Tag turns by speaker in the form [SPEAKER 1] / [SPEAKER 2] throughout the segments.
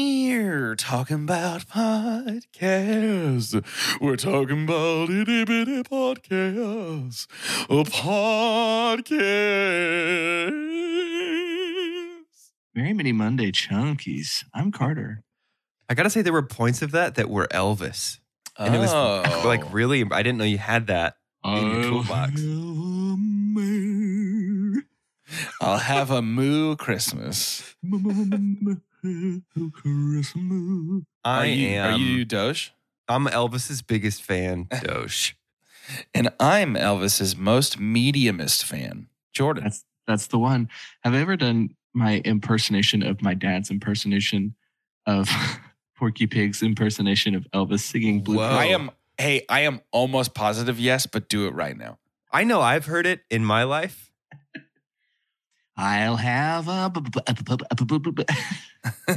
[SPEAKER 1] We're talking about podcasts. We're talking about itty bitty podcasts. A podcast.
[SPEAKER 2] Very many Monday chunkies. I'm Carter.
[SPEAKER 3] I gotta say, there were points of that that were Elvis, and it was
[SPEAKER 1] Oh.
[SPEAKER 3] like really. I didn't know you had that. In your toolbox.
[SPEAKER 2] I'll
[SPEAKER 1] I'll have a moo Christmas.
[SPEAKER 2] Christmas.
[SPEAKER 3] I
[SPEAKER 1] are you,
[SPEAKER 3] am.
[SPEAKER 1] Are you Doge?
[SPEAKER 3] I'm Elvis's biggest fan, Doge.
[SPEAKER 1] And I'm Elvis's most mediumist fan, Jordan.
[SPEAKER 2] That's that's the one. Have I ever done my impersonation of my dad's impersonation of Porky Pig's impersonation of Elvis singing Blue?
[SPEAKER 3] Whoa.
[SPEAKER 2] Pill?
[SPEAKER 1] I am. Hey, I am almost positive yes, but do it right now.
[SPEAKER 3] I know I've heard it in my life.
[SPEAKER 2] I'll have a. bu- bu- bu- bu- bu- bu- bu- bu- I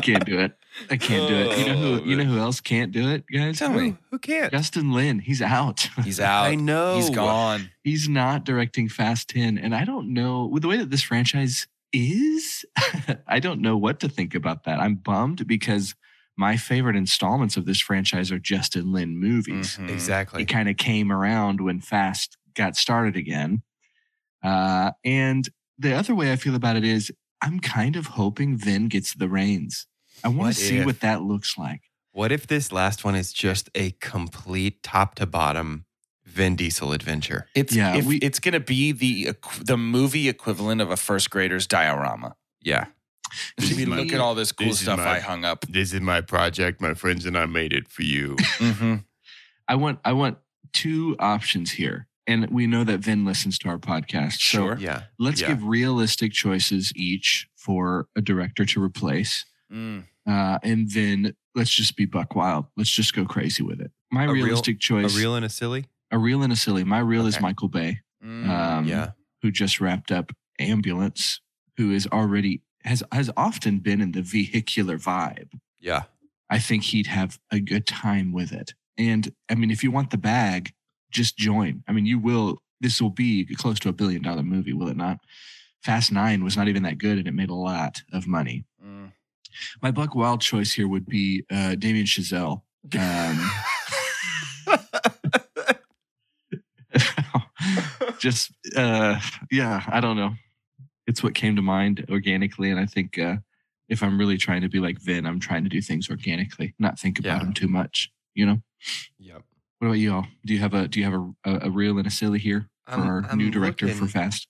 [SPEAKER 2] can't do it. I can't do it. You know
[SPEAKER 1] Oh,
[SPEAKER 2] who? You know who else can't do it, guys?
[SPEAKER 1] Tell me.
[SPEAKER 3] Who can't?
[SPEAKER 2] Justin Lin. He's out.
[SPEAKER 1] He's out.
[SPEAKER 3] I know.
[SPEAKER 1] He's gone.
[SPEAKER 2] he's not directing Fast 10. And I don't know with the way that this franchise is, I don't know what to think about that. I'm bummed because my favorite installments of this franchise are Justin Lin movies.
[SPEAKER 1] Mhm.
[SPEAKER 3] Exactly.
[SPEAKER 2] He kind of came around when Fast got started again. Uh, and the other way I feel about it is I'm kind of hoping Vin gets the reins. I want
[SPEAKER 3] What
[SPEAKER 2] to see
[SPEAKER 3] if?
[SPEAKER 2] what that looks like.
[SPEAKER 3] What if this last one is just a complete top to bottom Vin Diesel adventure?
[SPEAKER 1] It's
[SPEAKER 2] Yeah,
[SPEAKER 1] if-
[SPEAKER 2] we-
[SPEAKER 1] it's gonna be the equ- the movie equivalent of a first grader's diorama.
[SPEAKER 3] Yeah.
[SPEAKER 2] This
[SPEAKER 1] Should be
[SPEAKER 2] is my-
[SPEAKER 1] look at all this cool
[SPEAKER 4] this is
[SPEAKER 1] stuff
[SPEAKER 4] my-
[SPEAKER 1] I hung up.
[SPEAKER 4] This is my project. My friends and I made it for you.
[SPEAKER 1] Mhm.
[SPEAKER 2] I want I want two options here. And we know that Vin listens to our podcast. So
[SPEAKER 1] Sure.
[SPEAKER 3] Yeah.
[SPEAKER 2] let's
[SPEAKER 4] Yeah.
[SPEAKER 2] give realistic choices each for a director to replace.
[SPEAKER 1] Mm.
[SPEAKER 2] Uh, and then let's just be buck wild. Let's just go crazy with it. My
[SPEAKER 3] real-
[SPEAKER 2] realistic
[SPEAKER 3] A
[SPEAKER 2] choice,
[SPEAKER 3] real and a silly?
[SPEAKER 2] a real and a silly. My real is
[SPEAKER 3] Okay.
[SPEAKER 2] Michael Bay,
[SPEAKER 1] Mm.
[SPEAKER 2] Um,
[SPEAKER 3] yeah.
[SPEAKER 2] who just wrapped up Ambulance, who is already has has often been in the vehicular vibe.
[SPEAKER 3] Yeah.
[SPEAKER 2] I think he'd have a good time with it. And I mean, if you want the bag, just join. I mean, you will. This will be close to a billion dollar movie, will it not? Fast Nine was not even that good, and it made a lot of money.
[SPEAKER 1] Mm.
[SPEAKER 2] My Buck Wild choice here would be uh, Damien Chazelle. Um, just uh, yeah, I don't know. It's what came to mind organically, and I think uh, if I'm really trying to be like Vin, I'm trying to do things organically, not think about
[SPEAKER 3] Yeah.
[SPEAKER 2] them too much. You know.
[SPEAKER 3] yep.
[SPEAKER 2] What about you all? Do you have a do you have a a, a real and a silly here for
[SPEAKER 3] I'm-
[SPEAKER 2] our
[SPEAKER 3] I'm
[SPEAKER 2] new director for
[SPEAKER 3] looking.
[SPEAKER 2] Fast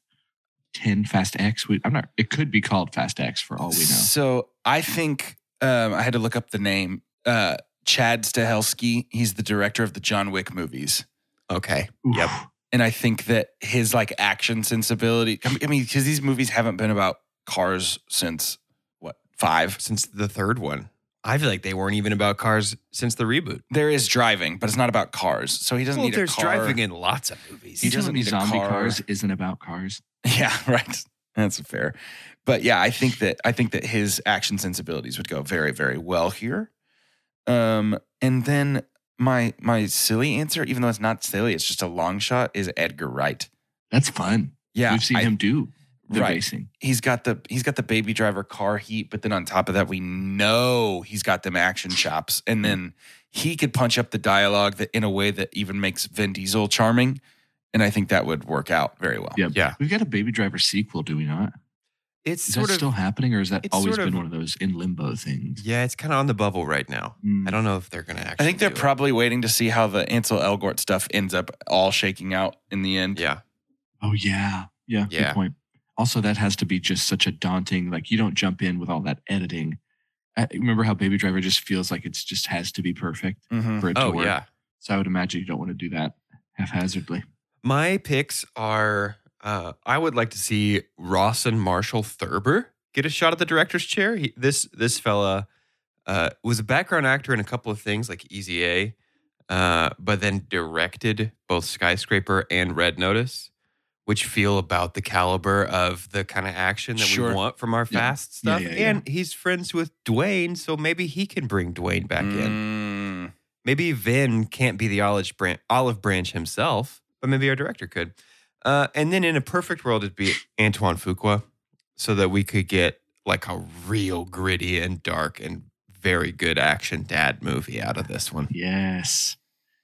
[SPEAKER 2] Ten Fast X? We, I'm not. It could be called Fast X for all we know.
[SPEAKER 1] So I think um, I had to look up the name. Uh, Chad Stahelski. He's the director of the John Wick movies.
[SPEAKER 3] Okay.
[SPEAKER 2] Yep.
[SPEAKER 1] and I think that his like action sensibility. I mean, because these movies haven't been about cars since what five.
[SPEAKER 3] Since the third one, I feel like they weren't even about cars since the reboot.
[SPEAKER 1] There is driving, but it's not about cars, so he doesn't
[SPEAKER 3] well,
[SPEAKER 1] need
[SPEAKER 3] there's
[SPEAKER 1] a car.
[SPEAKER 3] driving in lots of movies.
[SPEAKER 1] He
[SPEAKER 2] He
[SPEAKER 1] doesn't
[SPEAKER 2] doesn't need
[SPEAKER 1] need a
[SPEAKER 2] zombie
[SPEAKER 1] car.
[SPEAKER 2] cars. Isn't about cars.
[SPEAKER 1] Yeah, right. That's fair. But yeah, I think that I think that his action sensibilities would go very, very well here. Um, and then my my silly answer, even though it's not silly, it's just a long shot, is Edgar Wright.
[SPEAKER 2] That's fun.
[SPEAKER 1] Yeah,
[SPEAKER 2] We've seen
[SPEAKER 1] I-
[SPEAKER 2] him do the
[SPEAKER 1] right.
[SPEAKER 2] racing.
[SPEAKER 1] he's got the he's got the baby driver car heat, but then on top of that, we know he's got them action chops, and then he could punch up the dialogue that in a way that even makes Vin Diesel charming, and I think that would work out very well.
[SPEAKER 2] Yep.
[SPEAKER 3] Yeah.
[SPEAKER 2] We've got a Baby Driver sequel, do we not?
[SPEAKER 3] It's
[SPEAKER 2] Is
[SPEAKER 3] sort
[SPEAKER 2] that
[SPEAKER 3] of
[SPEAKER 2] still happening, or has that
[SPEAKER 3] it's
[SPEAKER 2] always
[SPEAKER 3] sort of-
[SPEAKER 2] been one of those in limbo things?
[SPEAKER 3] yeah, it's kind of on the bubble right now.
[SPEAKER 2] Mm.
[SPEAKER 3] I don't know if they're going to actually.
[SPEAKER 1] I think they're
[SPEAKER 3] do it.
[SPEAKER 1] probably waiting to see how the Ansel Elgort stuff ends up all shaking out in the end.
[SPEAKER 3] Yeah,
[SPEAKER 2] Oh yeah, yeah. Good
[SPEAKER 3] Yeah.
[SPEAKER 2] point. Also, that has to be just such a daunting. Like you don't jump in with all that editing. I, remember how Baby Driver just feels like it's just has to be perfect
[SPEAKER 1] Mhm.
[SPEAKER 2] for it to
[SPEAKER 3] Oh
[SPEAKER 2] work.
[SPEAKER 3] yeah.
[SPEAKER 2] So I would imagine you don't want to do that haphazardly.
[SPEAKER 3] My picks are. Uh, I would like to see Ross and Marshall Thurber get a shot at the director's chair. He, this this fella uh, was a background actor in a couple of things like Easy A, uh, but then directed both Skyscraper and Red Notice, which feel about the caliber of the kind of action that
[SPEAKER 1] Sure.
[SPEAKER 3] we want from our
[SPEAKER 2] Yeah.
[SPEAKER 3] fast
[SPEAKER 2] Yeah,
[SPEAKER 3] stuff.
[SPEAKER 2] yeah, yeah.
[SPEAKER 3] And he's friends with Dwayne, so maybe he can bring Dwayne back in.
[SPEAKER 1] Mm.
[SPEAKER 3] Maybe Vin can't be the olive branch, olive branch himself, but maybe our director could. Uh, and then in a perfect world, it'd be Antoine Fuqua, so that we could get like a real gritty and dark and very good action dad movie out of this one.
[SPEAKER 2] Yes.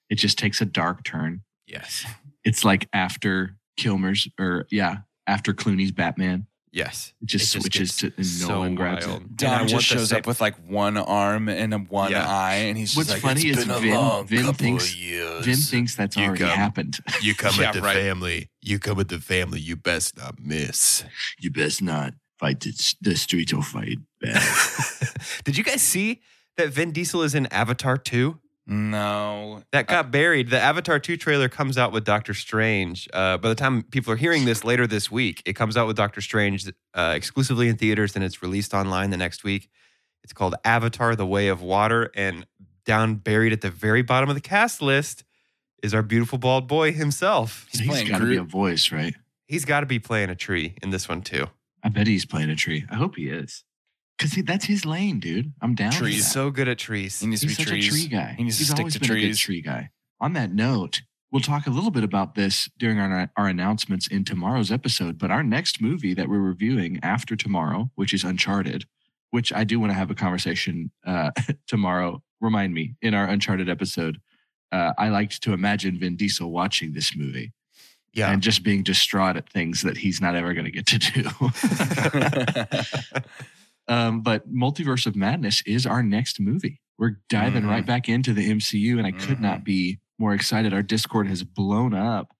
[SPEAKER 2] It just takes a dark turn.
[SPEAKER 3] Yes.
[SPEAKER 2] It's like after Kilmer's or yeah, after Clooney's Batman.
[SPEAKER 3] Yes.
[SPEAKER 2] It just,
[SPEAKER 3] It just
[SPEAKER 2] switches
[SPEAKER 3] gets
[SPEAKER 2] to and no
[SPEAKER 3] so
[SPEAKER 2] one grabs it.
[SPEAKER 3] wild. And I
[SPEAKER 1] Don
[SPEAKER 3] want
[SPEAKER 1] just
[SPEAKER 3] the
[SPEAKER 1] shows
[SPEAKER 3] same-
[SPEAKER 1] up with like one arm and a one
[SPEAKER 3] Yeah.
[SPEAKER 1] eye, and he's
[SPEAKER 2] What's
[SPEAKER 1] just like,
[SPEAKER 2] funny
[SPEAKER 1] it's
[SPEAKER 2] is
[SPEAKER 1] been a
[SPEAKER 2] Vin-
[SPEAKER 1] long
[SPEAKER 2] Vin
[SPEAKER 1] couple
[SPEAKER 2] thinks-
[SPEAKER 1] of years.
[SPEAKER 2] Vin thinks that's
[SPEAKER 4] You
[SPEAKER 2] already
[SPEAKER 4] come-
[SPEAKER 2] happened.
[SPEAKER 4] You come
[SPEAKER 1] Yeah,
[SPEAKER 4] at the
[SPEAKER 1] right.
[SPEAKER 4] family. You come at the family. You best not miss.
[SPEAKER 2] You best not fight the, the street or fight back.
[SPEAKER 3] Did you guys see that Vin Diesel is in Avatar 2?
[SPEAKER 1] no,
[SPEAKER 3] That
[SPEAKER 2] Uh,
[SPEAKER 3] got buried. The Avatar 2 trailer comes out with Doctor Strange. Uh, by the time people are hearing this later this week, it comes out with Doctor Strange uh, exclusively in theaters and it's released online the next week. It's called Avatar The Way of Water. And down buried at the very bottom of the cast list is our beautiful bald boy himself.
[SPEAKER 1] he's,
[SPEAKER 2] He's
[SPEAKER 1] playing
[SPEAKER 2] got to be a
[SPEAKER 1] Groot.
[SPEAKER 2] voice, right?
[SPEAKER 3] He's got to be playing a tree in this one too.
[SPEAKER 2] I bet he's playing a tree. I hope he is. Because that's his lane, dude. I'm down. for
[SPEAKER 1] Trees.
[SPEAKER 2] that.
[SPEAKER 3] He's so good at trees.
[SPEAKER 1] He needs to be
[SPEAKER 2] He's such
[SPEAKER 1] trees.
[SPEAKER 2] a tree guy.
[SPEAKER 1] He needs to
[SPEAKER 2] He's
[SPEAKER 1] stick
[SPEAKER 2] always
[SPEAKER 1] to
[SPEAKER 2] been a good
[SPEAKER 1] trees.
[SPEAKER 2] tree guy. On that note, we'll talk a little bit about this during our, our announcements in tomorrow's episode. But our next movie that we're reviewing after tomorrow, which is Uncharted, which I do want to have a conversation uh, tomorrow. Remind me in our Uncharted episode. Uh, I liked to imagine Vin Diesel watching this movie
[SPEAKER 3] Yeah.
[SPEAKER 2] and just being distraught at things that he's not ever going to get to do. Um, but Multiverse of Madness is our next movie. We're diving
[SPEAKER 1] Mhm.
[SPEAKER 2] right back into the MCU, and I could
[SPEAKER 1] Mhm.
[SPEAKER 2] not be more excited. Our Discord has blown up.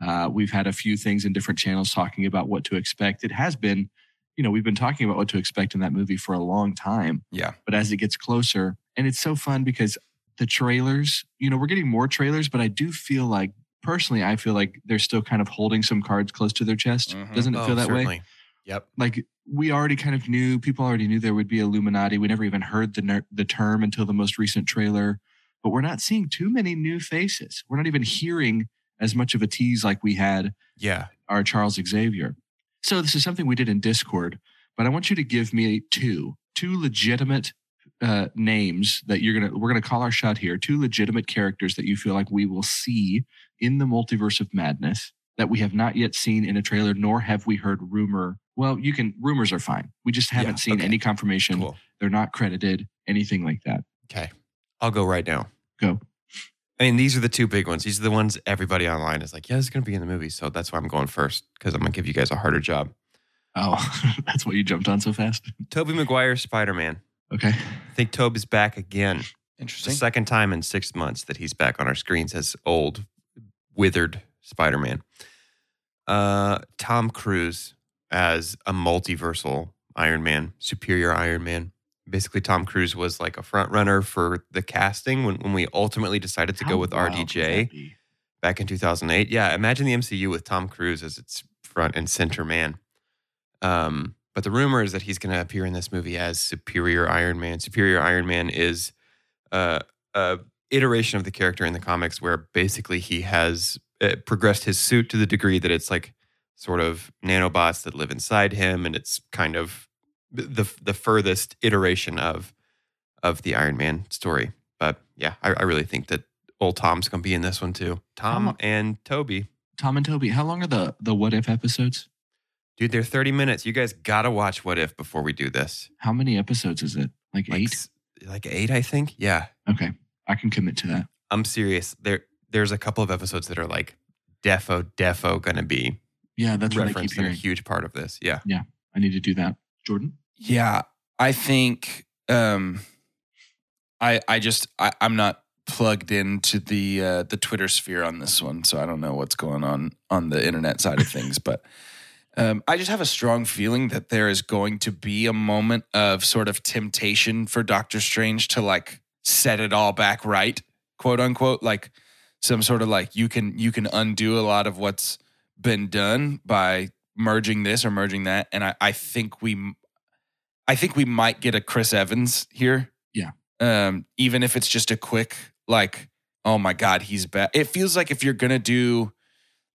[SPEAKER 2] Uh, we've had a few things in different channels talking about what to expect. It has been, you know, we've been talking about what to expect in that movie for a long time.
[SPEAKER 1] Yeah.
[SPEAKER 2] But as it gets closer, and it's so fun because the trailers, you know, we're getting more trailers, but I do feel like, personally, I feel like they're still kind of holding some cards close to their chest.
[SPEAKER 1] Mhm.
[SPEAKER 2] Doesn't it
[SPEAKER 3] Oh,
[SPEAKER 2] feel that way?
[SPEAKER 3] Yep.
[SPEAKER 2] like we already kind of knew people already knew there would be illuminati we never even heard the ner- the term until the most recent trailer but we're not seeing too many new faces we're not even hearing as much of a tease like we had
[SPEAKER 3] Yeah.
[SPEAKER 2] our charles xavier so this is something we did in discord but i want you to give me two two legitimate uh, names that you're gonna we're gonna call our shot here two legitimate characters that you feel like we will see in the multiverse of madness that we have not yet seen in a trailer nor have we heard rumor well you can rumors are fine we just haven't
[SPEAKER 3] Yeah,
[SPEAKER 2] seen
[SPEAKER 3] okay.
[SPEAKER 2] any confirmation
[SPEAKER 3] Cool.
[SPEAKER 2] they're not credited anything like that
[SPEAKER 3] Okay. I'll go right now.
[SPEAKER 2] go
[SPEAKER 3] I mean, these are the two big ones. These are the ones everybody online is like, yeah, this is going to be in the movie. So that's why I'm going first because I'm going to give you guys a harder job.
[SPEAKER 2] oh that's why you jumped on so fast
[SPEAKER 3] Toby Maguire, Spider Man.
[SPEAKER 2] okay
[SPEAKER 3] I think Toby's back again. It's the
[SPEAKER 1] Interesting.
[SPEAKER 3] second time in six months that he's back on our screens as old, withered Spider Man. Uh, Tom Cruise as a multiversal Iron Man, superior Iron Man. Basically, Tom Cruise was like a front runner for the casting when, when we ultimately decided to
[SPEAKER 2] How
[SPEAKER 3] go with
[SPEAKER 2] wild would
[SPEAKER 3] RDJ.
[SPEAKER 2] that be?
[SPEAKER 3] back in 2008. Yeah, imagine the MCU with Tom Cruise as its front and center man. Um, but the rumor is that he's going to appear in this movie as Superior Iron Man. Superior Iron Man is uh, a iteration of the character in the comics where basically he has uh, progressed his suit to the degree that it's like sort of nanobots that live inside him, and it's kind of the the furthest iteration of of the Iron Man story. But yeah, I, I really think that old Tom's going to be in this one too. Tom
[SPEAKER 2] Tom-
[SPEAKER 3] and Toby,
[SPEAKER 2] tom and toby how long are the the what if episodes
[SPEAKER 3] dude, they're thirty minutes. You guys gotta watch What If before we do this.
[SPEAKER 2] how many episodes is it like
[SPEAKER 3] Like,
[SPEAKER 2] eight
[SPEAKER 3] s- like eight, I think. Yeah,
[SPEAKER 2] Okay. I can commit to that.
[SPEAKER 3] I'm serious. There, there's a couple of episodes that are like defo, defo, going to be
[SPEAKER 2] Yeah, that's what I keep
[SPEAKER 3] referenced in a
[SPEAKER 2] hearing.
[SPEAKER 3] huge part of this. Yeah.
[SPEAKER 2] I need to do that. Jordan?
[SPEAKER 1] Yeah, I think um, I I just I, I'm not plugged into the uh, the Twitter sphere on this one, so I don't know what's going on on the internet side of things. but um, I just have a strong feeling that there is going to be a moment of sort of temptation for Doctor Strange to like set it all back right, quote unquote, like some sort of like you can you can undo a lot of what's been done by merging this or merging that and I, I think we I think we might get a Chris Evans here.
[SPEAKER 2] Yeah.
[SPEAKER 1] Um, even if it's just a quick, like, oh my God, he's back. It feels like if you're gonna do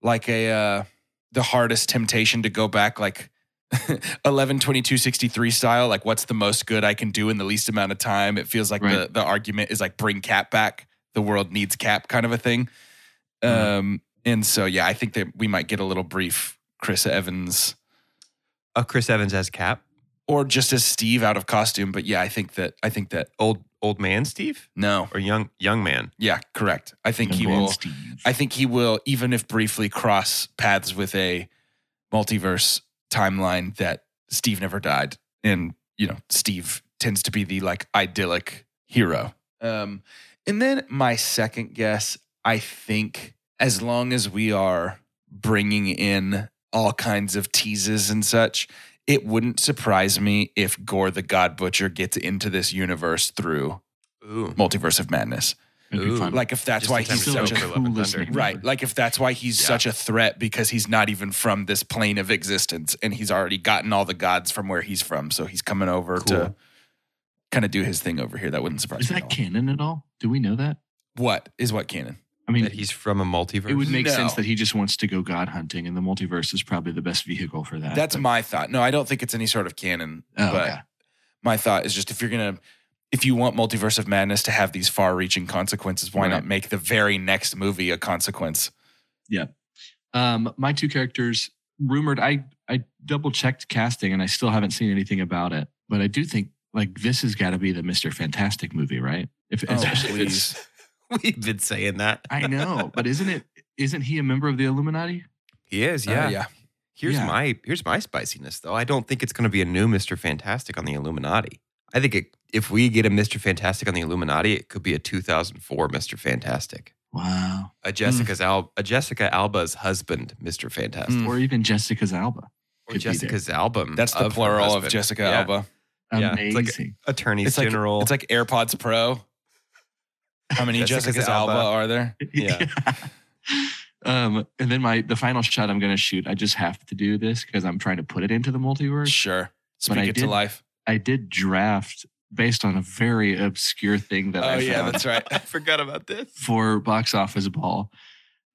[SPEAKER 1] like a uh the hardest temptation to go back like 11 22 63 style like what's the most good i can do in the least amount of time it feels like
[SPEAKER 2] Right.
[SPEAKER 1] the, the argument is like bring cap back the world needs cap kind of a thing
[SPEAKER 2] Mhm.
[SPEAKER 1] um and so yeah i think that we might get a little brief chris evans
[SPEAKER 3] Uh, Chris Evans as Cap.
[SPEAKER 1] or just as Steve out of costume. But yeah, I think that I think that
[SPEAKER 3] Old old man Steve
[SPEAKER 1] no,
[SPEAKER 3] or young young man.
[SPEAKER 1] yeah, correct. I think he
[SPEAKER 2] Number one,
[SPEAKER 1] will.
[SPEAKER 2] Steve.
[SPEAKER 1] I think he will, even if briefly, cross paths with a multiverse timeline that Steve never died, and you know Steve tends to be the like idyllic hero. Um, and then my second guess, I think, as long as we are bringing in all kinds of teases and such, it wouldn't surprise me if Gore the God Butcher gets into this universe through
[SPEAKER 3] Ooh.
[SPEAKER 1] Multiverse of Madness.
[SPEAKER 2] It'd be
[SPEAKER 3] Ooh.
[SPEAKER 2] fun.
[SPEAKER 1] Like if that's
[SPEAKER 3] Just
[SPEAKER 1] why
[SPEAKER 3] in time
[SPEAKER 1] he's
[SPEAKER 3] for
[SPEAKER 2] Still
[SPEAKER 1] such
[SPEAKER 2] the
[SPEAKER 1] a
[SPEAKER 3] Joker, Love and
[SPEAKER 2] coolest
[SPEAKER 3] Thunder.
[SPEAKER 2] name
[SPEAKER 1] Right.
[SPEAKER 2] ever.
[SPEAKER 1] Like if that's why he's
[SPEAKER 3] Yeah.
[SPEAKER 1] such a threat because he's not even from this plane of existence and he's already gotten all the gods from where he's from. So he's coming over to
[SPEAKER 3] Cool.
[SPEAKER 1] kind of do his thing over here. That wouldn't surprise
[SPEAKER 2] is
[SPEAKER 1] me. at
[SPEAKER 2] that
[SPEAKER 1] all.
[SPEAKER 2] canon at all? Do we know that?
[SPEAKER 1] what is what canon?
[SPEAKER 2] I mean,
[SPEAKER 3] That he's from a multiverse.
[SPEAKER 2] it would make
[SPEAKER 1] No.
[SPEAKER 2] sense that he just wants to go god hunting, and the multiverse is probably the best vehicle for that.
[SPEAKER 1] That's
[SPEAKER 2] but-
[SPEAKER 1] my thought. No, I don't think it's any sort of canon.
[SPEAKER 2] Ah, Oh,
[SPEAKER 1] but
[SPEAKER 2] okay.
[SPEAKER 1] my thought is just if you're gonna if you want multiverse of madness to have these far reaching consequences, why
[SPEAKER 2] Right.
[SPEAKER 1] not make the very next movie a consequence?
[SPEAKER 2] Um, my two characters rumored. I I double checked casting, and I still haven't seen anything about it. But I do think like this has got to be the Mister Fantastic movie, right? If
[SPEAKER 1] Oh,
[SPEAKER 2] especially if it's-
[SPEAKER 1] please.
[SPEAKER 3] We've been saying that.
[SPEAKER 2] I know, but isn't it? Isn't he a member of the Illuminati?
[SPEAKER 3] He is,
[SPEAKER 1] Uh,
[SPEAKER 3] yeah.
[SPEAKER 1] yeah.
[SPEAKER 3] Here's
[SPEAKER 2] Yeah.
[SPEAKER 3] my here's my spiciness though. I don't think it's going to be a new Mr. Fantastic on the Illuminati. I think it, if we get a Mr. Fantastic on the Illuminati, it could be a 2004 Mr. Fantastic.
[SPEAKER 2] Wow.
[SPEAKER 1] Mm.
[SPEAKER 3] A Jessica's Al, a Jessica Alba's husband, Mr. Fantastic,
[SPEAKER 1] Mm.
[SPEAKER 2] Or even Jessica Zalba.
[SPEAKER 3] or
[SPEAKER 2] Could be there.
[SPEAKER 3] Jessica's album.
[SPEAKER 1] That's the
[SPEAKER 3] of her
[SPEAKER 1] plural of
[SPEAKER 3] husband.
[SPEAKER 1] Jessica
[SPEAKER 3] Yeah.
[SPEAKER 1] Alba.
[SPEAKER 3] Yeah, it's like-
[SPEAKER 2] Amazing.
[SPEAKER 3] Attorney
[SPEAKER 1] It's like-
[SPEAKER 3] General.
[SPEAKER 1] It's like AirPods Pro. How many
[SPEAKER 3] Jessica
[SPEAKER 1] Jessica's
[SPEAKER 3] Alba.
[SPEAKER 1] Alba are there?
[SPEAKER 3] Yeah.
[SPEAKER 2] um, and then my the final shot I'm gonna shoot. I just have to do this because I'm trying to put it into the multiverse.
[SPEAKER 1] Sure. Speak
[SPEAKER 2] I
[SPEAKER 1] it to
[SPEAKER 2] did-
[SPEAKER 1] life.
[SPEAKER 2] I did draft based on a very obscure thing that
[SPEAKER 1] Oh,
[SPEAKER 2] I
[SPEAKER 1] yeah,
[SPEAKER 2] found
[SPEAKER 1] that's right.
[SPEAKER 3] I forgot about this.
[SPEAKER 2] for box office ball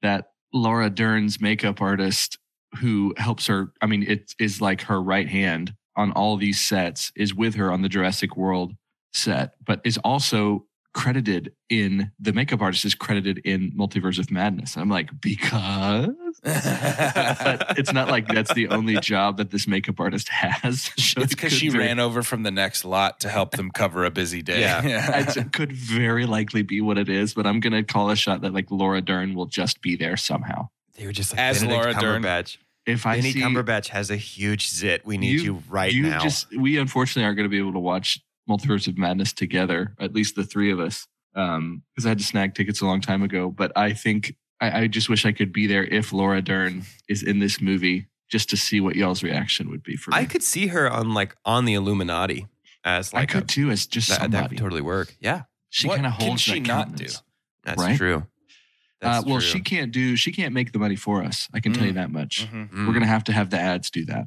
[SPEAKER 2] that Laura Dern's makeup artist who helps her. I mean, it is like her right hand on all these sets is with her on the Jurassic World set, but is also credited in the makeup artist is credited in Multiverse of Madness. I'm like, because but it's not like that's the only job that this makeup artist has. So
[SPEAKER 1] it's
[SPEAKER 2] it
[SPEAKER 1] because
[SPEAKER 2] could
[SPEAKER 1] she
[SPEAKER 2] very-
[SPEAKER 1] ran over from the next lot to help them cover a busy day.
[SPEAKER 3] Yeah.
[SPEAKER 2] It's- It could very likely be what it is, but I'm gonna call a shot that like Laura Dern will just be there somehow.
[SPEAKER 3] They were just like
[SPEAKER 1] As
[SPEAKER 3] Benedict
[SPEAKER 1] Laura Dern.
[SPEAKER 3] Cumberbatch.
[SPEAKER 2] If I
[SPEAKER 3] Benny
[SPEAKER 2] see,
[SPEAKER 3] Cumberbatch has a huge zit. We need
[SPEAKER 2] You-
[SPEAKER 3] you, right
[SPEAKER 2] you
[SPEAKER 3] now.
[SPEAKER 2] just we unfortunately aren't gonna be able to watch Multiverse of Madness together, at least the three of us, because I had to snag tickets a long time ago. But I think I, I just wish I could be there if Laura Dern is in this movie, just to see what y'all's reaction would be for me.
[SPEAKER 3] I could see her on like on the Illuminati as
[SPEAKER 2] I
[SPEAKER 3] like
[SPEAKER 2] could too, as
[SPEAKER 3] a,
[SPEAKER 2] just
[SPEAKER 3] that, that
[SPEAKER 2] somebody.
[SPEAKER 3] would totally work. Yeah,
[SPEAKER 2] she
[SPEAKER 1] What
[SPEAKER 2] kind of
[SPEAKER 1] can
[SPEAKER 2] holds
[SPEAKER 1] she
[SPEAKER 2] that
[SPEAKER 1] not
[SPEAKER 2] countenance.
[SPEAKER 1] do?
[SPEAKER 3] that's
[SPEAKER 2] Right?
[SPEAKER 3] true.
[SPEAKER 2] Uh,
[SPEAKER 3] That's
[SPEAKER 2] well,
[SPEAKER 3] true.
[SPEAKER 2] she can't do. She can't make the money for us. I can tell you
[SPEAKER 1] Mm.
[SPEAKER 2] that much.
[SPEAKER 1] Mhm.
[SPEAKER 3] Mm.
[SPEAKER 2] We're gonna have to have the ads do that.
[SPEAKER 3] Mm-hmm.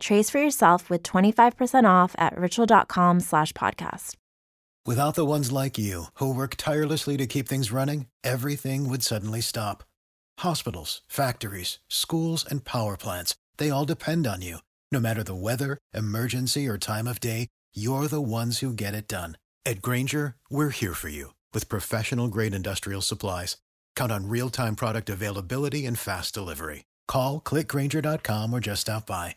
[SPEAKER 5] Trace for yourself with 25% off at ritual.com slash podcast.
[SPEAKER 6] Without the ones like you, who work tirelessly to keep things running, everything would suddenly stop. Hospitals, factories, schools, and power plants, they all depend on you. No matter the weather, emergency, or time of day, you're the ones who get it done. At Granger, we're here for you with professional grade industrial supplies. Count on real time product availability and fast delivery. Call clickgranger.com or just stop by.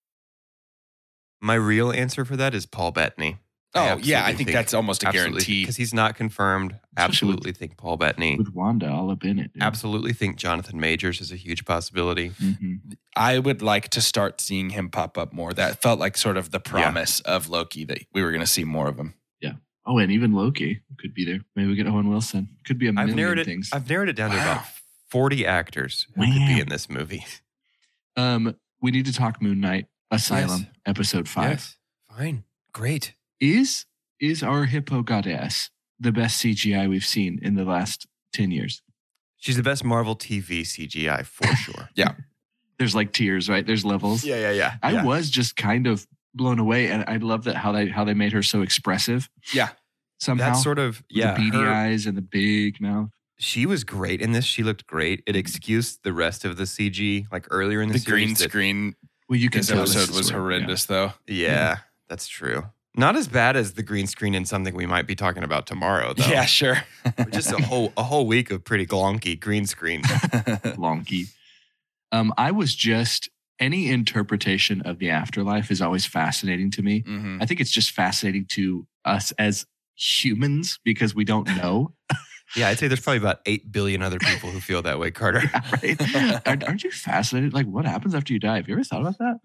[SPEAKER 3] My real answer for that is Paul Bettany.
[SPEAKER 1] Oh yeah, I think, that's almost a guarantee.
[SPEAKER 3] because he's not confirmed.
[SPEAKER 2] Especially with-
[SPEAKER 3] Absolutely think Paul Bettany.
[SPEAKER 2] with Wanda all up in it. dude.
[SPEAKER 3] Absolutely think Jonathan Majors is a huge possibility.
[SPEAKER 2] Mhm.
[SPEAKER 1] I would like to start seeing him pop up more. That felt like sort of the promise of Loki that we were going to see more of him.
[SPEAKER 2] Oh, and even Loki could be there. Maybe we get Owen Wilson. Could be a
[SPEAKER 3] I've
[SPEAKER 2] million
[SPEAKER 3] narrowed it.
[SPEAKER 2] things.
[SPEAKER 3] I've narrowed it down to about
[SPEAKER 1] Wow.
[SPEAKER 3] forty actors who could
[SPEAKER 2] Wow.
[SPEAKER 3] be in this movie.
[SPEAKER 2] um, we need to talk Moon Knight Asylum
[SPEAKER 3] Yes.
[SPEAKER 2] episode five.
[SPEAKER 3] Yes. Fine. Great.
[SPEAKER 2] Is is our hippo goddess the best CGI we've seen in the last ten years?
[SPEAKER 3] She's the best Marvel TV CGI for sure.
[SPEAKER 2] There's like tiers, right? There's levels.
[SPEAKER 3] yeah, yeah, yeah.
[SPEAKER 2] I
[SPEAKER 3] yeah.
[SPEAKER 2] was just kind of blown away, and I love that how they how they made her so expressive
[SPEAKER 1] Yeah,
[SPEAKER 2] somehow.
[SPEAKER 3] That's sort of
[SPEAKER 2] With
[SPEAKER 3] yeah.
[SPEAKER 2] the beady
[SPEAKER 3] her-
[SPEAKER 2] eyes and the big mouth.
[SPEAKER 3] she was great in this. She looked great. It excused the rest of the CG, like earlier in the,
[SPEAKER 1] the
[SPEAKER 3] series
[SPEAKER 1] green
[SPEAKER 3] that-
[SPEAKER 1] screen
[SPEAKER 2] Well, you can
[SPEAKER 1] this
[SPEAKER 2] tell this
[SPEAKER 1] episode
[SPEAKER 2] is
[SPEAKER 1] was
[SPEAKER 2] sort of- yeah.
[SPEAKER 1] horrendous, though.
[SPEAKER 3] Yeah, that's true. Not as bad as the green screen in something we might be talking about tomorrow, though.
[SPEAKER 1] Yeah, sure.
[SPEAKER 3] just a whole a whole week of pretty glonky green screen.
[SPEAKER 2] Lonky. Um, I was just any interpretation of the afterlife is always fascinating to me.
[SPEAKER 1] Mhm.
[SPEAKER 2] I think it's just fascinating to us as humans because we don't know,
[SPEAKER 3] yeah, I'd say there's probably about eight billion other people who feel that way, Carter.
[SPEAKER 2] right? aren't, aren't you fascinated? Like, what happens after you die? Have you ever thought about that?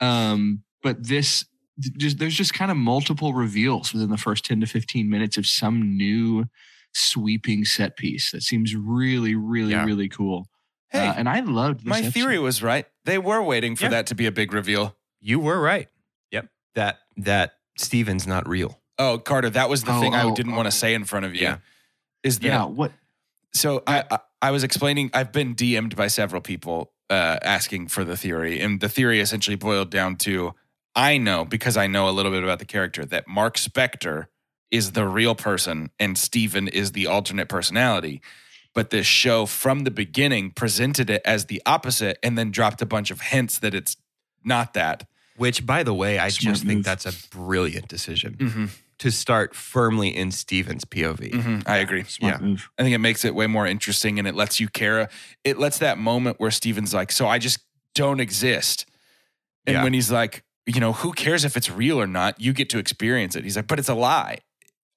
[SPEAKER 2] Um, but this, th- just, there's just kind of multiple reveals within the first 10 to 15 minutes of some new sweeping set piece that seems really, really,
[SPEAKER 3] Yeah.
[SPEAKER 2] really cool. Uh,
[SPEAKER 1] hey,
[SPEAKER 2] and I loved this
[SPEAKER 1] my
[SPEAKER 2] episode.
[SPEAKER 1] theory was right. They were waiting for
[SPEAKER 3] Yeah.
[SPEAKER 1] that to be a big reveal.
[SPEAKER 3] You were right. Yep. That that Steven's not real.
[SPEAKER 1] Oh, Carter, that was the
[SPEAKER 2] Oh,
[SPEAKER 1] thing I
[SPEAKER 2] oh,
[SPEAKER 1] didn't want
[SPEAKER 2] oh.
[SPEAKER 1] to say in front of you.
[SPEAKER 3] Yeah.
[SPEAKER 1] Is that
[SPEAKER 2] Yeah, what
[SPEAKER 1] So I, I I was explaining. I've been DM'd by several people uh, asking for the theory, and the theory essentially boiled down to I know because I know a little bit about the character that Mark Spector is the real person and Steven is the alternate personality. But this show from the beginning presented it as the opposite, and then dropped a bunch of hints that it's not that.
[SPEAKER 3] Which, by the way, I
[SPEAKER 2] Smart
[SPEAKER 3] just think
[SPEAKER 2] move.
[SPEAKER 3] that's a brilliant decision
[SPEAKER 2] Mm.
[SPEAKER 1] Mm-hmm.
[SPEAKER 3] to start firmly in Steven's POV.
[SPEAKER 1] I agree.
[SPEAKER 2] mm-hmm. smart move.
[SPEAKER 1] I think it makes it way more interesting and it lets you care. It lets that moment where Steven's like, so I just don't exist. And
[SPEAKER 3] Yeah.
[SPEAKER 1] when he's like, you know, who cares if it's real or not? You get to experience it. He's like, but it's a lie.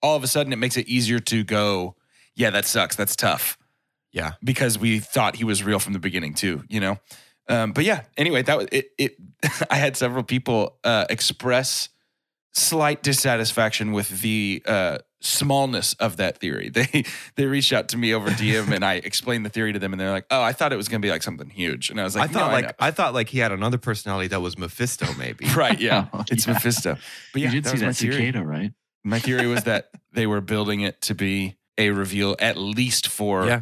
[SPEAKER 1] All of a sudden, it makes it easier to go, yeah, that sucks. That's tough.
[SPEAKER 3] Yeah.
[SPEAKER 1] Because we thought he was real from the beginning, too, you know? Um, but yeah, anyway, that was it. it I had several people uh, express slight dissatisfaction with the uh, smallness of that theory. They they reached out to me over DM and I explained the theory to them, and they're like, "Oh, I thought it was going to be like something huge," and I was like,
[SPEAKER 3] I thought
[SPEAKER 1] "No,
[SPEAKER 3] like I, thought like he had another personality that was Mephisto, maybe.
[SPEAKER 1] know." right, yeah,
[SPEAKER 2] Oh,
[SPEAKER 1] it's
[SPEAKER 2] yeah.
[SPEAKER 1] Mephisto." But yeah,
[SPEAKER 2] you did
[SPEAKER 1] that
[SPEAKER 2] see
[SPEAKER 1] was my
[SPEAKER 2] that
[SPEAKER 1] theory.
[SPEAKER 2] cicada, right?
[SPEAKER 1] My theory was that they were building it to be a reveal at least for
[SPEAKER 3] Yeah.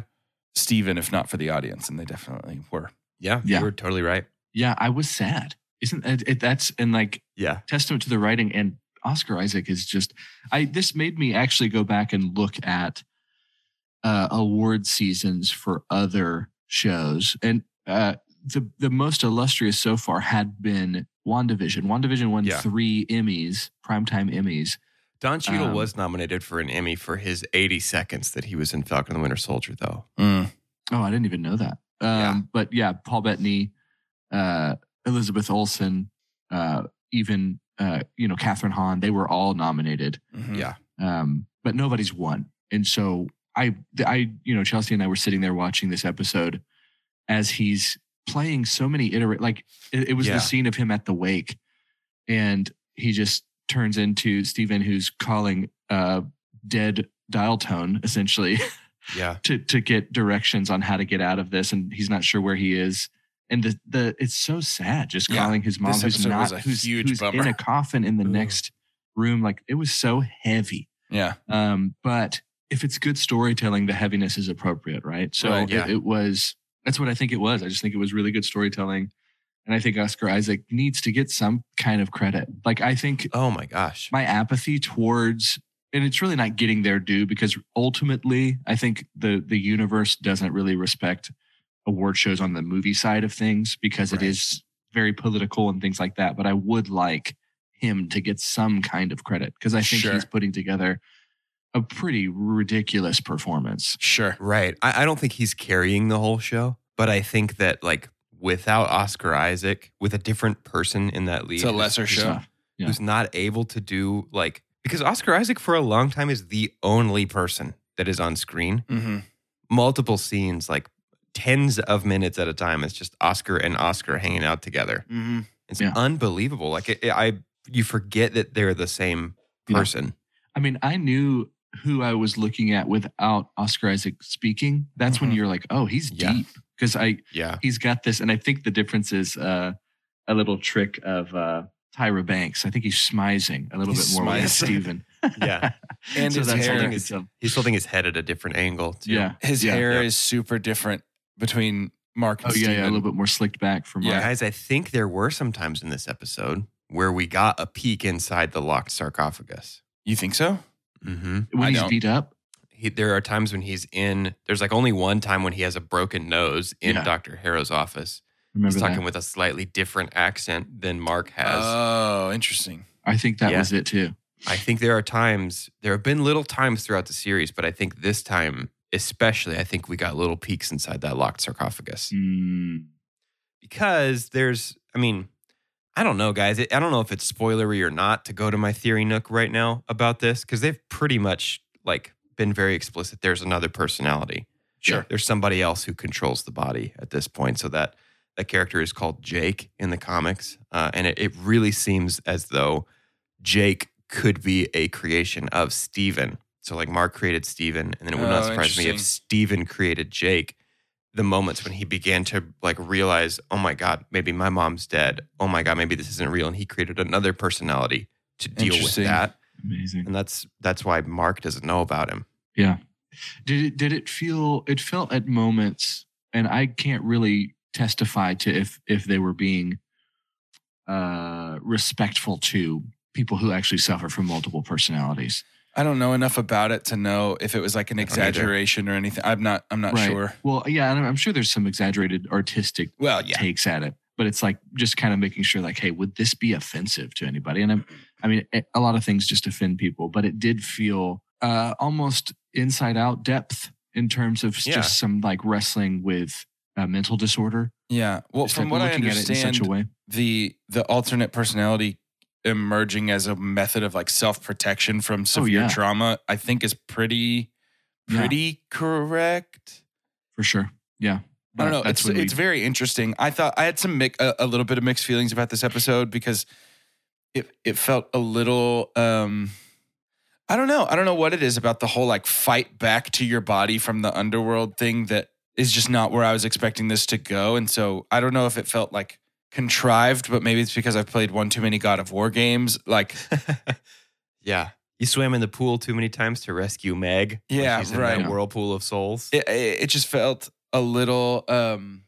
[SPEAKER 1] Steven, if not for the audience, and they definitely were.
[SPEAKER 3] Yeah,
[SPEAKER 2] Yeah.
[SPEAKER 3] you were totally right.
[SPEAKER 2] Yeah, I was sad. Isn't it, it, that's and like
[SPEAKER 3] Yeah,
[SPEAKER 2] testament to the writing and Oscar Isaac is just. I this made me actually go back and look at uh, award seasons for other shows, and uh, the the most illustrious so far had been WandaVision. WandaVision won
[SPEAKER 3] Yeah.
[SPEAKER 2] three Emmys, primetime Emmys.
[SPEAKER 3] Don Cheadle
[SPEAKER 2] Um,
[SPEAKER 3] was nominated for an Emmy for his 80 seconds that he was in Falcon and the Winter Soldier, though.
[SPEAKER 2] Oh, I didn't even know that. Um,
[SPEAKER 3] Yeah.
[SPEAKER 2] But yeah, Paul Bettany, uh, Elizabeth Olsen, uh, even uh, you know Catherine Hahn, they were all nominated,
[SPEAKER 1] Mhm.
[SPEAKER 3] Yeah.
[SPEAKER 2] um, but nobody's won. And so I, I, you know, Chelsea and I were sitting there watching this episode as he's playing so many iterate. Like it, it was
[SPEAKER 3] Yeah.
[SPEAKER 2] the scene of him at the wake, and he just turns into Stephen, who's calling uh, dead dial tone essentially
[SPEAKER 3] Yeah,
[SPEAKER 2] to to get directions on how to get out of this, and he's not sure where he is. And the the it's so sad just
[SPEAKER 1] Yeah.
[SPEAKER 2] calling his mom,
[SPEAKER 1] This
[SPEAKER 2] who's
[SPEAKER 1] episode
[SPEAKER 2] not
[SPEAKER 1] was a
[SPEAKER 2] who's,
[SPEAKER 1] huge
[SPEAKER 2] who's in
[SPEAKER 1] bummer.
[SPEAKER 2] a coffin in the
[SPEAKER 3] Ooh.
[SPEAKER 2] next room. Like it was so heavy.
[SPEAKER 1] yeah,
[SPEAKER 2] Um, but if it's good storytelling, the heaviness is appropriate, right? So
[SPEAKER 1] Right,
[SPEAKER 2] it-
[SPEAKER 3] yeah.
[SPEAKER 2] it, was. That's what I think it was. I just think it was really good storytelling, and I think Oscar Isaac needs to get some kind of credit. Like I think
[SPEAKER 3] Oh my gosh.
[SPEAKER 2] my apathy towards and it's really not getting their due because ultimately i think the the universe doesn't really respect award shows on the movie side of things because
[SPEAKER 3] Right.
[SPEAKER 2] it is very political and things like that but i would like him to get some kind of credit because i think
[SPEAKER 1] Sure.
[SPEAKER 2] he's putting together a pretty ridiculous performance
[SPEAKER 1] sure.
[SPEAKER 3] Right. I, I don't think he's carrying the whole show, but I think that like without Oscar Isaac, with a different person in that lead,
[SPEAKER 1] It's a lesser
[SPEAKER 3] who's,
[SPEAKER 1] show.
[SPEAKER 2] Yeah.
[SPEAKER 3] who's not able to do like because Oscar Isaac for a long time is the only person that is on screen.
[SPEAKER 1] Mm-hmm.
[SPEAKER 3] Multiple scenes, like tens of minutes at a time. It's just Oscar and Oscar hanging out together.
[SPEAKER 1] Mm-hmm.
[SPEAKER 3] It's
[SPEAKER 2] Yeah.
[SPEAKER 3] unbelievable. Like it, I, you forget that they're the same
[SPEAKER 2] Yeah.
[SPEAKER 3] person.
[SPEAKER 2] I mean, I knew who I was looking at without Oscar Isaac speaking. That's
[SPEAKER 1] Mhm.
[SPEAKER 2] when you're like, oh, he's
[SPEAKER 3] Yeah.
[SPEAKER 2] deep because I
[SPEAKER 3] Yeah.
[SPEAKER 2] he's got this, and I think the difference is uh, a little trick of uh, Tyra Banks. I think he's smizing a little
[SPEAKER 1] He's
[SPEAKER 2] bit more like
[SPEAKER 1] smizing.
[SPEAKER 2] Stephen.
[SPEAKER 3] Yeah.
[SPEAKER 1] And his
[SPEAKER 2] that's all I
[SPEAKER 1] hair.
[SPEAKER 2] could
[SPEAKER 3] is-
[SPEAKER 2] tell.
[SPEAKER 3] He's holding his head at a different angle too.
[SPEAKER 2] Yeah.
[SPEAKER 1] His
[SPEAKER 2] Yeah.
[SPEAKER 1] hair
[SPEAKER 3] Yeah.
[SPEAKER 1] is super different between Mark and
[SPEAKER 2] Oh yeah, yeah, a
[SPEAKER 1] Steven.
[SPEAKER 2] little bit more slicked back from
[SPEAKER 1] Yeah.
[SPEAKER 3] Guys, I think there were some times in this episode where we got a peek inside the locked sarcophagus.
[SPEAKER 1] You think so?
[SPEAKER 3] Mm-hmm.
[SPEAKER 1] I
[SPEAKER 2] when he's
[SPEAKER 1] don't.
[SPEAKER 2] beat up.
[SPEAKER 3] He, there are times when he's in, there's like only one time when he has a broken nose in
[SPEAKER 2] Yeah.
[SPEAKER 3] Dr. Harrow's office.
[SPEAKER 2] Remember
[SPEAKER 3] he's
[SPEAKER 2] that?
[SPEAKER 3] talking with a slightly different accent than Mark has.
[SPEAKER 1] Oh, interesting.
[SPEAKER 2] I think that
[SPEAKER 3] Yeah.
[SPEAKER 2] was it too.
[SPEAKER 3] I think there are times, there have been little times throughout the series, but I think this time, especially, I think we got little peeks inside that locked sarcophagus
[SPEAKER 2] Mm,
[SPEAKER 3] because there's, I mean, I don't know, guys. I don't know if it's spoilery or not to go to my theory nook right now about this because they've pretty much like been very explicit. There's another personality.
[SPEAKER 1] Sure.
[SPEAKER 3] There's somebody else who controls the body at this point. So that that character is called Jake in the comics, uh, and it, it really seems as though Jake could be a creation of Steven. So like Mark created Steven, and then it would not
[SPEAKER 1] Oh,
[SPEAKER 3] surprise me if
[SPEAKER 1] interesting.
[SPEAKER 3] Steven created Jake. The moments when he began to like realize, oh my god, maybe my mom's dead. Oh my god, maybe this isn't real, and he created another personality to deal with
[SPEAKER 1] Interesting.
[SPEAKER 3] that.
[SPEAKER 2] amazing.
[SPEAKER 3] And that's that's why Mark doesn't know about him.
[SPEAKER 2] Yeah. Did it did it feel it felt at moments and I can't really testify to if if they were being uh respectful to people who actually suffer from multiple personalities.
[SPEAKER 1] I don't know enough about it to know if it was like an
[SPEAKER 3] I don't either.
[SPEAKER 1] exaggeration or anything. I'm not. I'm not
[SPEAKER 2] Right.
[SPEAKER 1] sure.
[SPEAKER 2] Well, yeah, and I'm sure there's some exaggerated artistic
[SPEAKER 1] Well, yeah.
[SPEAKER 2] takes at it, but it's like just kind of making sure like hey, would this be offensive to anybody? And I'm, I mean eh, a- a lot of things just offend people, but it did feel uh almost inside out depth in terms of
[SPEAKER 3] Yeah.
[SPEAKER 2] just some like wrestling with a mental disorder.
[SPEAKER 1] Yeah. Well,
[SPEAKER 2] Just,
[SPEAKER 1] from
[SPEAKER 2] like,
[SPEAKER 1] what I
[SPEAKER 2] looking at it in
[SPEAKER 1] understand,
[SPEAKER 2] such a way.
[SPEAKER 1] the the alternate personality emerging as a method of like self protection from severe
[SPEAKER 2] Oh, yeah.
[SPEAKER 1] trauma, I think, is pretty
[SPEAKER 2] Yeah.
[SPEAKER 1] pretty correct.
[SPEAKER 2] for sure. Yeah,
[SPEAKER 1] I don't know.
[SPEAKER 2] That's
[SPEAKER 1] It's
[SPEAKER 2] when we-
[SPEAKER 1] it's very interesting. I thought I had some mic- a, a little bit of mixed feelings about this episode because it it felt a little um I don't know. I don't know what it is about the whole like fight back to your body from the underworld thing that is just not where I was expecting this to go. And so I don't know if it felt like contrived, but maybe it's because I've played one too many God of War games. Like
[SPEAKER 3] yeah. You swam in the pool too many times to rescue Meg. when
[SPEAKER 1] Yeah,
[SPEAKER 3] she's in
[SPEAKER 1] right.
[SPEAKER 3] That whirlpool of souls.
[SPEAKER 1] it, it it just felt a little um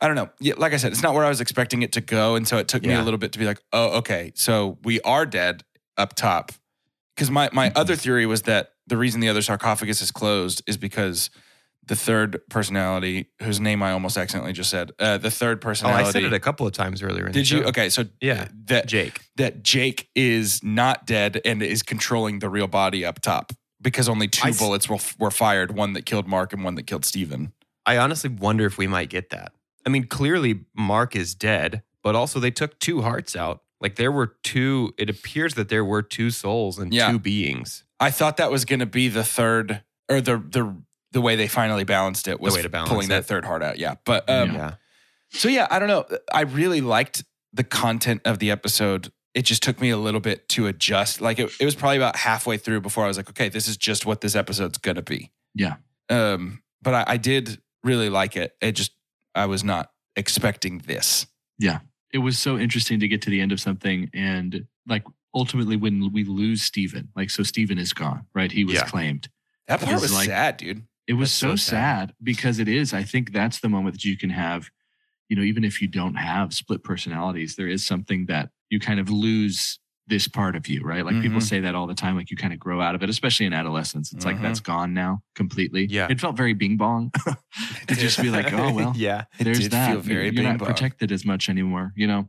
[SPEAKER 1] i don't know yeah, like i said it's not where i was expecting it to go and so it took me
[SPEAKER 3] Yeah.
[SPEAKER 1] a little bit to be like oh okay so we are dead up top because my, my
[SPEAKER 3] Mm-hmm.
[SPEAKER 1] other theory was that the reason the other sarcophagus is closed is because the third personality whose name i almost accidentally just said uh, the third
[SPEAKER 3] oh,
[SPEAKER 1] personality
[SPEAKER 3] I said it a couple of times earlier. In the
[SPEAKER 1] did you
[SPEAKER 3] show.
[SPEAKER 1] okay so
[SPEAKER 3] Yeah.
[SPEAKER 1] that
[SPEAKER 3] Jake.
[SPEAKER 1] that jake is not dead and is controlling the real body up top because only two
[SPEAKER 3] I s-
[SPEAKER 1] bullets were, were fired one that killed mark and one that killed steven
[SPEAKER 3] I honestly wonder if we might get that. I mean, clearly Mark is dead, but also they took two hearts out. Like there were two. It appears that there were two souls and
[SPEAKER 1] Yeah.
[SPEAKER 3] two beings.
[SPEAKER 1] I thought that was going to be the third or the the the way they finally balanced it was
[SPEAKER 3] way to balance
[SPEAKER 1] pulling that
[SPEAKER 3] it.
[SPEAKER 1] third heart out. Yeah, but um,
[SPEAKER 3] yeah.
[SPEAKER 1] so yeah, I don't know. I really liked the content of the episode. It just took me a little bit to adjust. Like it, it was probably about halfway through before I was like, okay, this is just what this episode's going to be.
[SPEAKER 2] Yeah.
[SPEAKER 1] Um, but I, I did really like it. It just I was not expecting this.
[SPEAKER 2] it was so interesting to get to the end of something and like ultimately when we lose Steven, like so Steven is gone, right? He was
[SPEAKER 3] Yeah.
[SPEAKER 2] claimed.
[SPEAKER 1] That part
[SPEAKER 2] It's
[SPEAKER 1] was
[SPEAKER 2] like-
[SPEAKER 1] sad, dude.
[SPEAKER 2] It was
[SPEAKER 3] That's
[SPEAKER 2] so,
[SPEAKER 3] so sad.
[SPEAKER 2] sad. because it is. I think that's the moment that you can have, you know, even if you don't have split personalities, there is something that you kind of lose this part of you, right? Like people
[SPEAKER 1] Mhm.
[SPEAKER 2] say that all the time, like you kind of grow out of it, especially in adolescence. It's
[SPEAKER 1] Mhm.
[SPEAKER 2] like that's gone now completely.
[SPEAKER 3] Yeah.
[SPEAKER 2] It felt very bing bong to just be like, oh, well,
[SPEAKER 3] yeah.
[SPEAKER 1] It
[SPEAKER 2] there's
[SPEAKER 1] did
[SPEAKER 2] that.
[SPEAKER 1] feel very
[SPEAKER 2] you're not
[SPEAKER 1] bing-bong.
[SPEAKER 2] protected as much anymore, you know.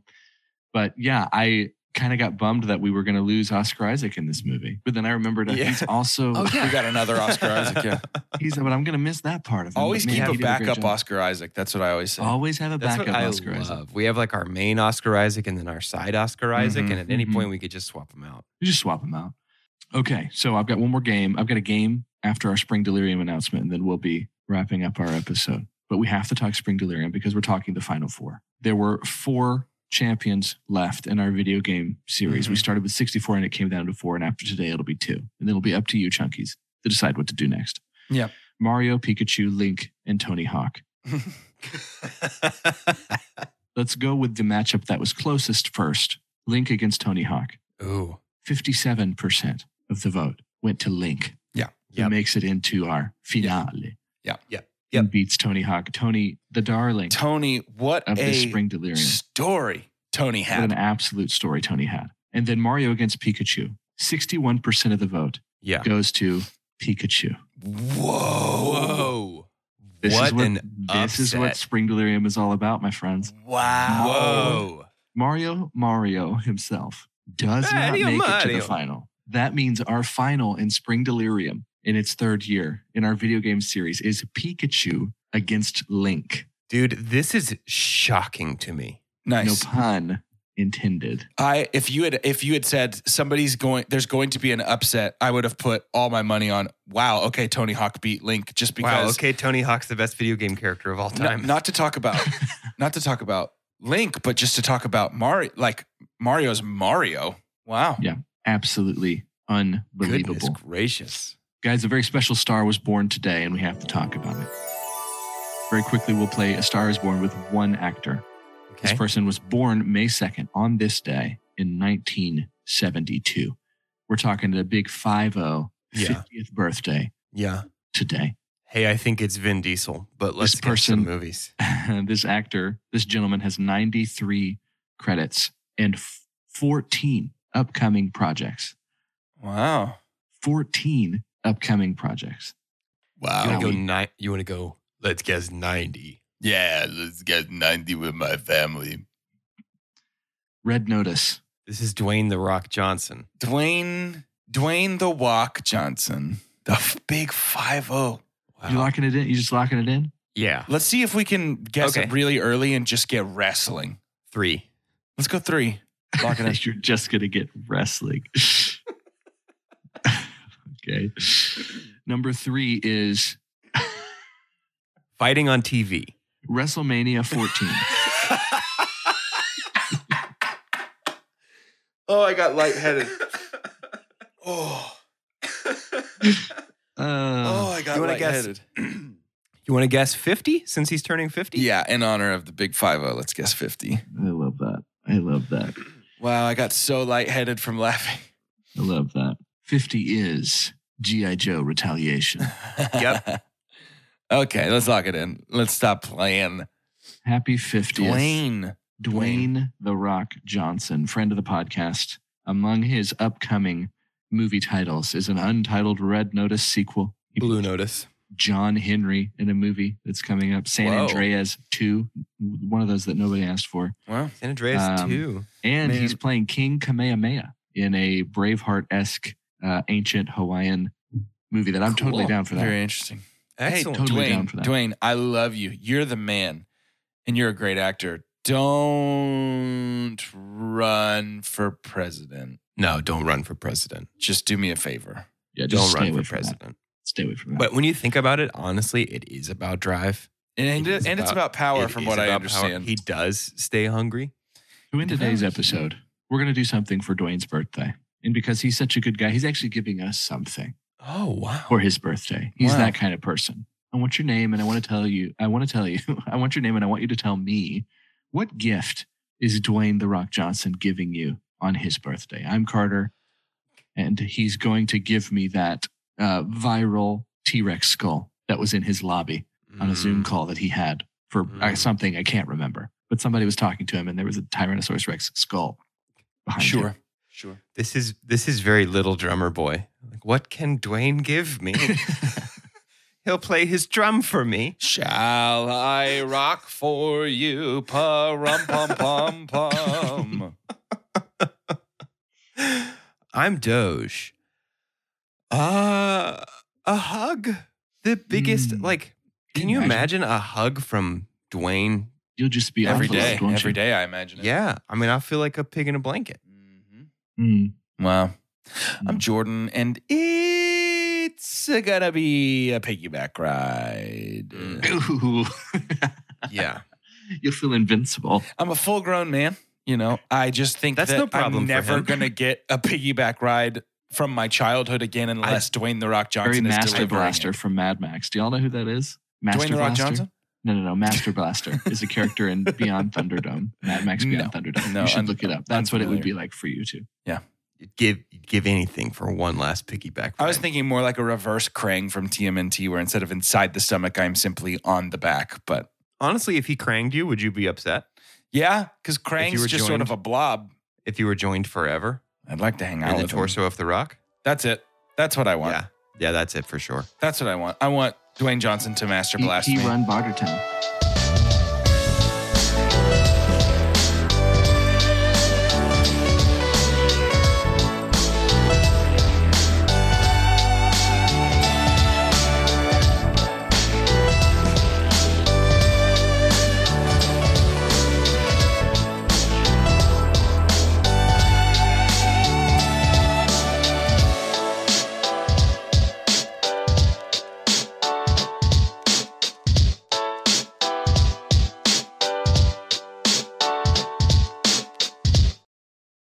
[SPEAKER 2] But yeah, I kind of got bummed that we were going to lose Oscar Isaac in this movie. But then I remembered that
[SPEAKER 3] Yeah.
[SPEAKER 2] he's also
[SPEAKER 1] We got another Oscar Isaac. Yeah.
[SPEAKER 2] he's. But I'm going to miss that part of him. But
[SPEAKER 1] Always
[SPEAKER 2] man,
[SPEAKER 1] keep
[SPEAKER 2] he
[SPEAKER 1] a
[SPEAKER 2] did good
[SPEAKER 1] backup
[SPEAKER 2] job. Oh.
[SPEAKER 1] Oscar Isaac. That's what I always say.
[SPEAKER 2] Always have a
[SPEAKER 3] That's
[SPEAKER 2] backup
[SPEAKER 3] what I
[SPEAKER 2] Oscar
[SPEAKER 3] love.
[SPEAKER 2] Isaac.
[SPEAKER 3] We have like our main Oscar Isaac and then our side Oscar Isaac,
[SPEAKER 1] Mhm.
[SPEAKER 3] and at any
[SPEAKER 2] Mhm.
[SPEAKER 3] point we could just swap them out.
[SPEAKER 2] You just swap him out. Okay, so I've got one more game. I've got a game after our Spring Delirium announcement, and then we'll be wrapping up our episode. But we have to talk Spring Delirium because we're talking the Final Four. There were four champions left in our video game series. We started with 64 and it came down to four, and after today, it'll be two. And it'll be up to you, Chunkies, to decide what to do next.
[SPEAKER 1] Yep.
[SPEAKER 2] Mario, Pikachu, Link, and Tony Hawk. Let's go with the matchup that was closest first Link against Tony Hawk.
[SPEAKER 3] Ooh.
[SPEAKER 2] 57% of the vote went to Link.
[SPEAKER 1] Yeah.
[SPEAKER 2] Who
[SPEAKER 3] Yep.
[SPEAKER 2] makes it into our finale.
[SPEAKER 1] Yeah.
[SPEAKER 3] Yeah.
[SPEAKER 2] And beats Tony Hawk. Tony, the darling
[SPEAKER 1] Tony, what
[SPEAKER 2] of
[SPEAKER 1] a
[SPEAKER 2] the spring delirium.
[SPEAKER 1] story Tony
[SPEAKER 2] What an
[SPEAKER 1] had.
[SPEAKER 2] absolute story Tony had. And then Mario against Pikachu. 61% of the vote
[SPEAKER 3] Yeah.
[SPEAKER 2] goes to Pikachu.
[SPEAKER 1] Whoa.
[SPEAKER 4] Whoa.
[SPEAKER 2] This
[SPEAKER 3] What
[SPEAKER 2] is what,
[SPEAKER 3] an
[SPEAKER 2] this is what
[SPEAKER 3] upset.
[SPEAKER 2] spring delirium is all about, my friends.
[SPEAKER 1] Wow.
[SPEAKER 4] Whoa.
[SPEAKER 2] Mario Mario himself does
[SPEAKER 3] Mario,
[SPEAKER 2] not make it to
[SPEAKER 3] Mario.
[SPEAKER 2] the final. That means our final in Spring Delirium in its third year in our video game series is Pikachu against Link.
[SPEAKER 3] Dude, this is shocking to me.
[SPEAKER 1] Nice.
[SPEAKER 2] No pun intended.
[SPEAKER 1] I if you had if you had said somebody's going there's going to be an upset, I would have put all my money on wow, okay, Tony Hawk beat Link just
[SPEAKER 3] wow.
[SPEAKER 1] because
[SPEAKER 3] Okay, Tony Hawk's the best video game character of all
[SPEAKER 1] N-
[SPEAKER 3] time.
[SPEAKER 1] not to talk about not to talk about Link, but just to talk about Mario like Mario's Mario. Wow.
[SPEAKER 2] Yeah. Absolutely unbelievable.
[SPEAKER 1] Goodness gracious.
[SPEAKER 2] Guys, a very special star was born today, and we have to talk about it. Very quickly, we'll play A Star is Born with one actor. This
[SPEAKER 3] okay.
[SPEAKER 2] person was born May 2nd on this day in 1972. We're talking the big 50
[SPEAKER 3] Yeah.
[SPEAKER 2] 50th birthday
[SPEAKER 3] Yeah.
[SPEAKER 2] today.
[SPEAKER 3] Hey, I think it's Vin Diesel, but let's
[SPEAKER 2] This
[SPEAKER 3] get some
[SPEAKER 2] person-
[SPEAKER 3] movies.
[SPEAKER 2] this actor, this gentleman has 93 credits and f- 14 upcoming projects.
[SPEAKER 1] Wow.
[SPEAKER 2] 14 upcoming projects.
[SPEAKER 3] You
[SPEAKER 4] Wow.
[SPEAKER 3] want to go
[SPEAKER 2] we-
[SPEAKER 3] nine? You want to go?
[SPEAKER 4] Let's guess 90. Yeah, let's guess 90 with my family.
[SPEAKER 2] Red Notice,
[SPEAKER 3] This is Dwayne the Rock Johnson.
[SPEAKER 1] Dwayne Dwayne the Walk Johnson. The f- big 50.
[SPEAKER 2] you locking it in? You just locking it in?
[SPEAKER 3] Yeah.
[SPEAKER 1] Let's see if we can guess
[SPEAKER 3] Okay.
[SPEAKER 1] it really early and just get wrestling.
[SPEAKER 3] Three.
[SPEAKER 1] Let's go 3. Lock it in.
[SPEAKER 2] You're just gonna get wrestling. okay. Number three is
[SPEAKER 3] Fighting on TV.
[SPEAKER 2] WrestleMania 14.
[SPEAKER 1] Oh, I got lightheaded. oh,
[SPEAKER 2] Uh,
[SPEAKER 1] I
[SPEAKER 3] You
[SPEAKER 1] got
[SPEAKER 3] wanna guess? You want to guess 50 since he's turning 50?
[SPEAKER 1] yeah, in honor of the big 5 let's guess 50.
[SPEAKER 2] I love that. I love that.
[SPEAKER 1] Wow, I got so lightheaded from laughing.
[SPEAKER 2] I love that. 50 is G.I. Joe Retaliation.
[SPEAKER 1] Yep. okay, let's lock it in. Let's stop playing.
[SPEAKER 2] Happy 50th.
[SPEAKER 1] Dwayne.
[SPEAKER 2] Dwayne The Rock Johnson, friend of the podcast. Among his upcoming movie titles is an untitled Red Notice sequel. He
[SPEAKER 3] Blue Notice.
[SPEAKER 2] John Henry in a movie that's coming up. San
[SPEAKER 3] Whoa.
[SPEAKER 2] Andreas 2, one of those that nobody asked for.
[SPEAKER 1] Well,
[SPEAKER 3] San Andreas
[SPEAKER 2] Um,
[SPEAKER 3] 2.
[SPEAKER 2] And
[SPEAKER 1] Man.
[SPEAKER 2] he's playing King Kamehameha in a Braveheart esque uh, ancient Hawaiian movie that I'm totally
[SPEAKER 3] Cool.
[SPEAKER 2] down for that.
[SPEAKER 1] very interesting.
[SPEAKER 3] Excellent.
[SPEAKER 1] Hey,
[SPEAKER 2] Totally
[SPEAKER 1] Dwayne,
[SPEAKER 2] down for that.
[SPEAKER 1] Dwayne, I love you. You're the man, and you're a great actor. Don't run for president.
[SPEAKER 4] No, don't run for president.
[SPEAKER 1] Just do me a favor.
[SPEAKER 2] yeah, just
[SPEAKER 3] Don't
[SPEAKER 2] stay
[SPEAKER 3] run
[SPEAKER 2] away
[SPEAKER 3] for
[SPEAKER 2] from that.
[SPEAKER 3] president.
[SPEAKER 2] Stay away from that.
[SPEAKER 3] But when you think about it, honestly, it is about drive.
[SPEAKER 1] And,
[SPEAKER 3] It is
[SPEAKER 1] and it's about
[SPEAKER 3] about-
[SPEAKER 1] power,
[SPEAKER 3] It
[SPEAKER 1] from
[SPEAKER 3] is
[SPEAKER 1] what I
[SPEAKER 3] about power.
[SPEAKER 1] understand.
[SPEAKER 3] He does stay hungry.
[SPEAKER 2] So in today's episode, we're going to do something for Dwayne's birthday. And because he's such a good guy, he's actually giving us something
[SPEAKER 3] Oh, wow.
[SPEAKER 2] for his birthday. He's
[SPEAKER 1] Wow.
[SPEAKER 2] that kind of person. I want your name and I want to tell you, I want to tell you, I want your name and I want you to tell me what gift is Dwayne The Rock Johnson giving you on his birthday? I'm Carter and he's going to give me that uh, viral T Rex skull that was in his lobby on a
[SPEAKER 1] Mm.
[SPEAKER 2] Zoom call that he had for uh,
[SPEAKER 3] Mm.
[SPEAKER 2] something I can't remember. But somebody was talking to him, and there was a Tyrannosaurus Rex skull behind him.
[SPEAKER 1] sure. Sure.
[SPEAKER 3] This is this is very little drummer boy. Like, what can Dwayne give me? He'll play his drum for me.
[SPEAKER 1] Shall I rock for you? Pa rum pum pum pum.
[SPEAKER 3] I'm Doge. Uh a hug. The biggest
[SPEAKER 1] Hmm.
[SPEAKER 2] Mm.
[SPEAKER 3] like
[SPEAKER 2] Can
[SPEAKER 3] can
[SPEAKER 2] you
[SPEAKER 3] you imagine a hug from Dwayne?
[SPEAKER 2] You'll just be
[SPEAKER 1] Every
[SPEAKER 2] enveloped,
[SPEAKER 1] day.
[SPEAKER 2] won't you?
[SPEAKER 1] Every day, I imagine. It.
[SPEAKER 3] Yeah. I mean, I feel like a pig in a blanket.
[SPEAKER 1] Mhm.
[SPEAKER 2] Mm.
[SPEAKER 1] Wow. Mm-hmm. I'm Jordan, and it's gonna be a piggyback ride.
[SPEAKER 3] Mm.
[SPEAKER 2] Ooh,
[SPEAKER 3] Yeah.
[SPEAKER 2] you feel invincible.
[SPEAKER 1] I'm a full grown man. You know, I just think
[SPEAKER 3] That's
[SPEAKER 1] that
[SPEAKER 3] no problem
[SPEAKER 1] I'm
[SPEAKER 3] for
[SPEAKER 1] never
[SPEAKER 3] him.
[SPEAKER 1] gonna get a piggyback ride from my childhood again unless Dwayne the Rock
[SPEAKER 2] Very
[SPEAKER 1] Johnson is
[SPEAKER 2] Master
[SPEAKER 1] delivering
[SPEAKER 2] Blaster
[SPEAKER 1] it.
[SPEAKER 2] from Mad Max. Do y'all know who that is? Master
[SPEAKER 1] Dwayne the Rock
[SPEAKER 2] Blaster?
[SPEAKER 1] Johnson?
[SPEAKER 2] No, no, no. Master Blaster is a character in Beyond Thunderdome. Mad Max Beyond Thunderdome.
[SPEAKER 1] No,
[SPEAKER 2] you should
[SPEAKER 1] un-
[SPEAKER 2] look it up. That's what it would be
[SPEAKER 1] unfamiliar.
[SPEAKER 2] like for you two.
[SPEAKER 3] You'd give you'd give anything for one last piggyback.
[SPEAKER 1] I was
[SPEAKER 3] ride.
[SPEAKER 1] thinking more like a reverse Krang from TMNT, where instead of inside the stomach, I'm simply on the back. But
[SPEAKER 3] honestly, if he cranged you, would you be upset
[SPEAKER 1] yeah, because
[SPEAKER 3] you
[SPEAKER 1] Krang's
[SPEAKER 3] were
[SPEAKER 1] just sort
[SPEAKER 3] joined-
[SPEAKER 1] of a blob.
[SPEAKER 3] if you were joined forever
[SPEAKER 1] I'd like to hang out
[SPEAKER 3] in the
[SPEAKER 1] with him.
[SPEAKER 3] torso of the Rock?
[SPEAKER 1] That's it. That's what I want.
[SPEAKER 3] Yeah, yeah, that's it for sure.
[SPEAKER 1] That's what I want. I want Dwayne Johnson to master
[SPEAKER 2] He,
[SPEAKER 1] blast
[SPEAKER 2] he
[SPEAKER 1] me.
[SPEAKER 2] run Bartertown.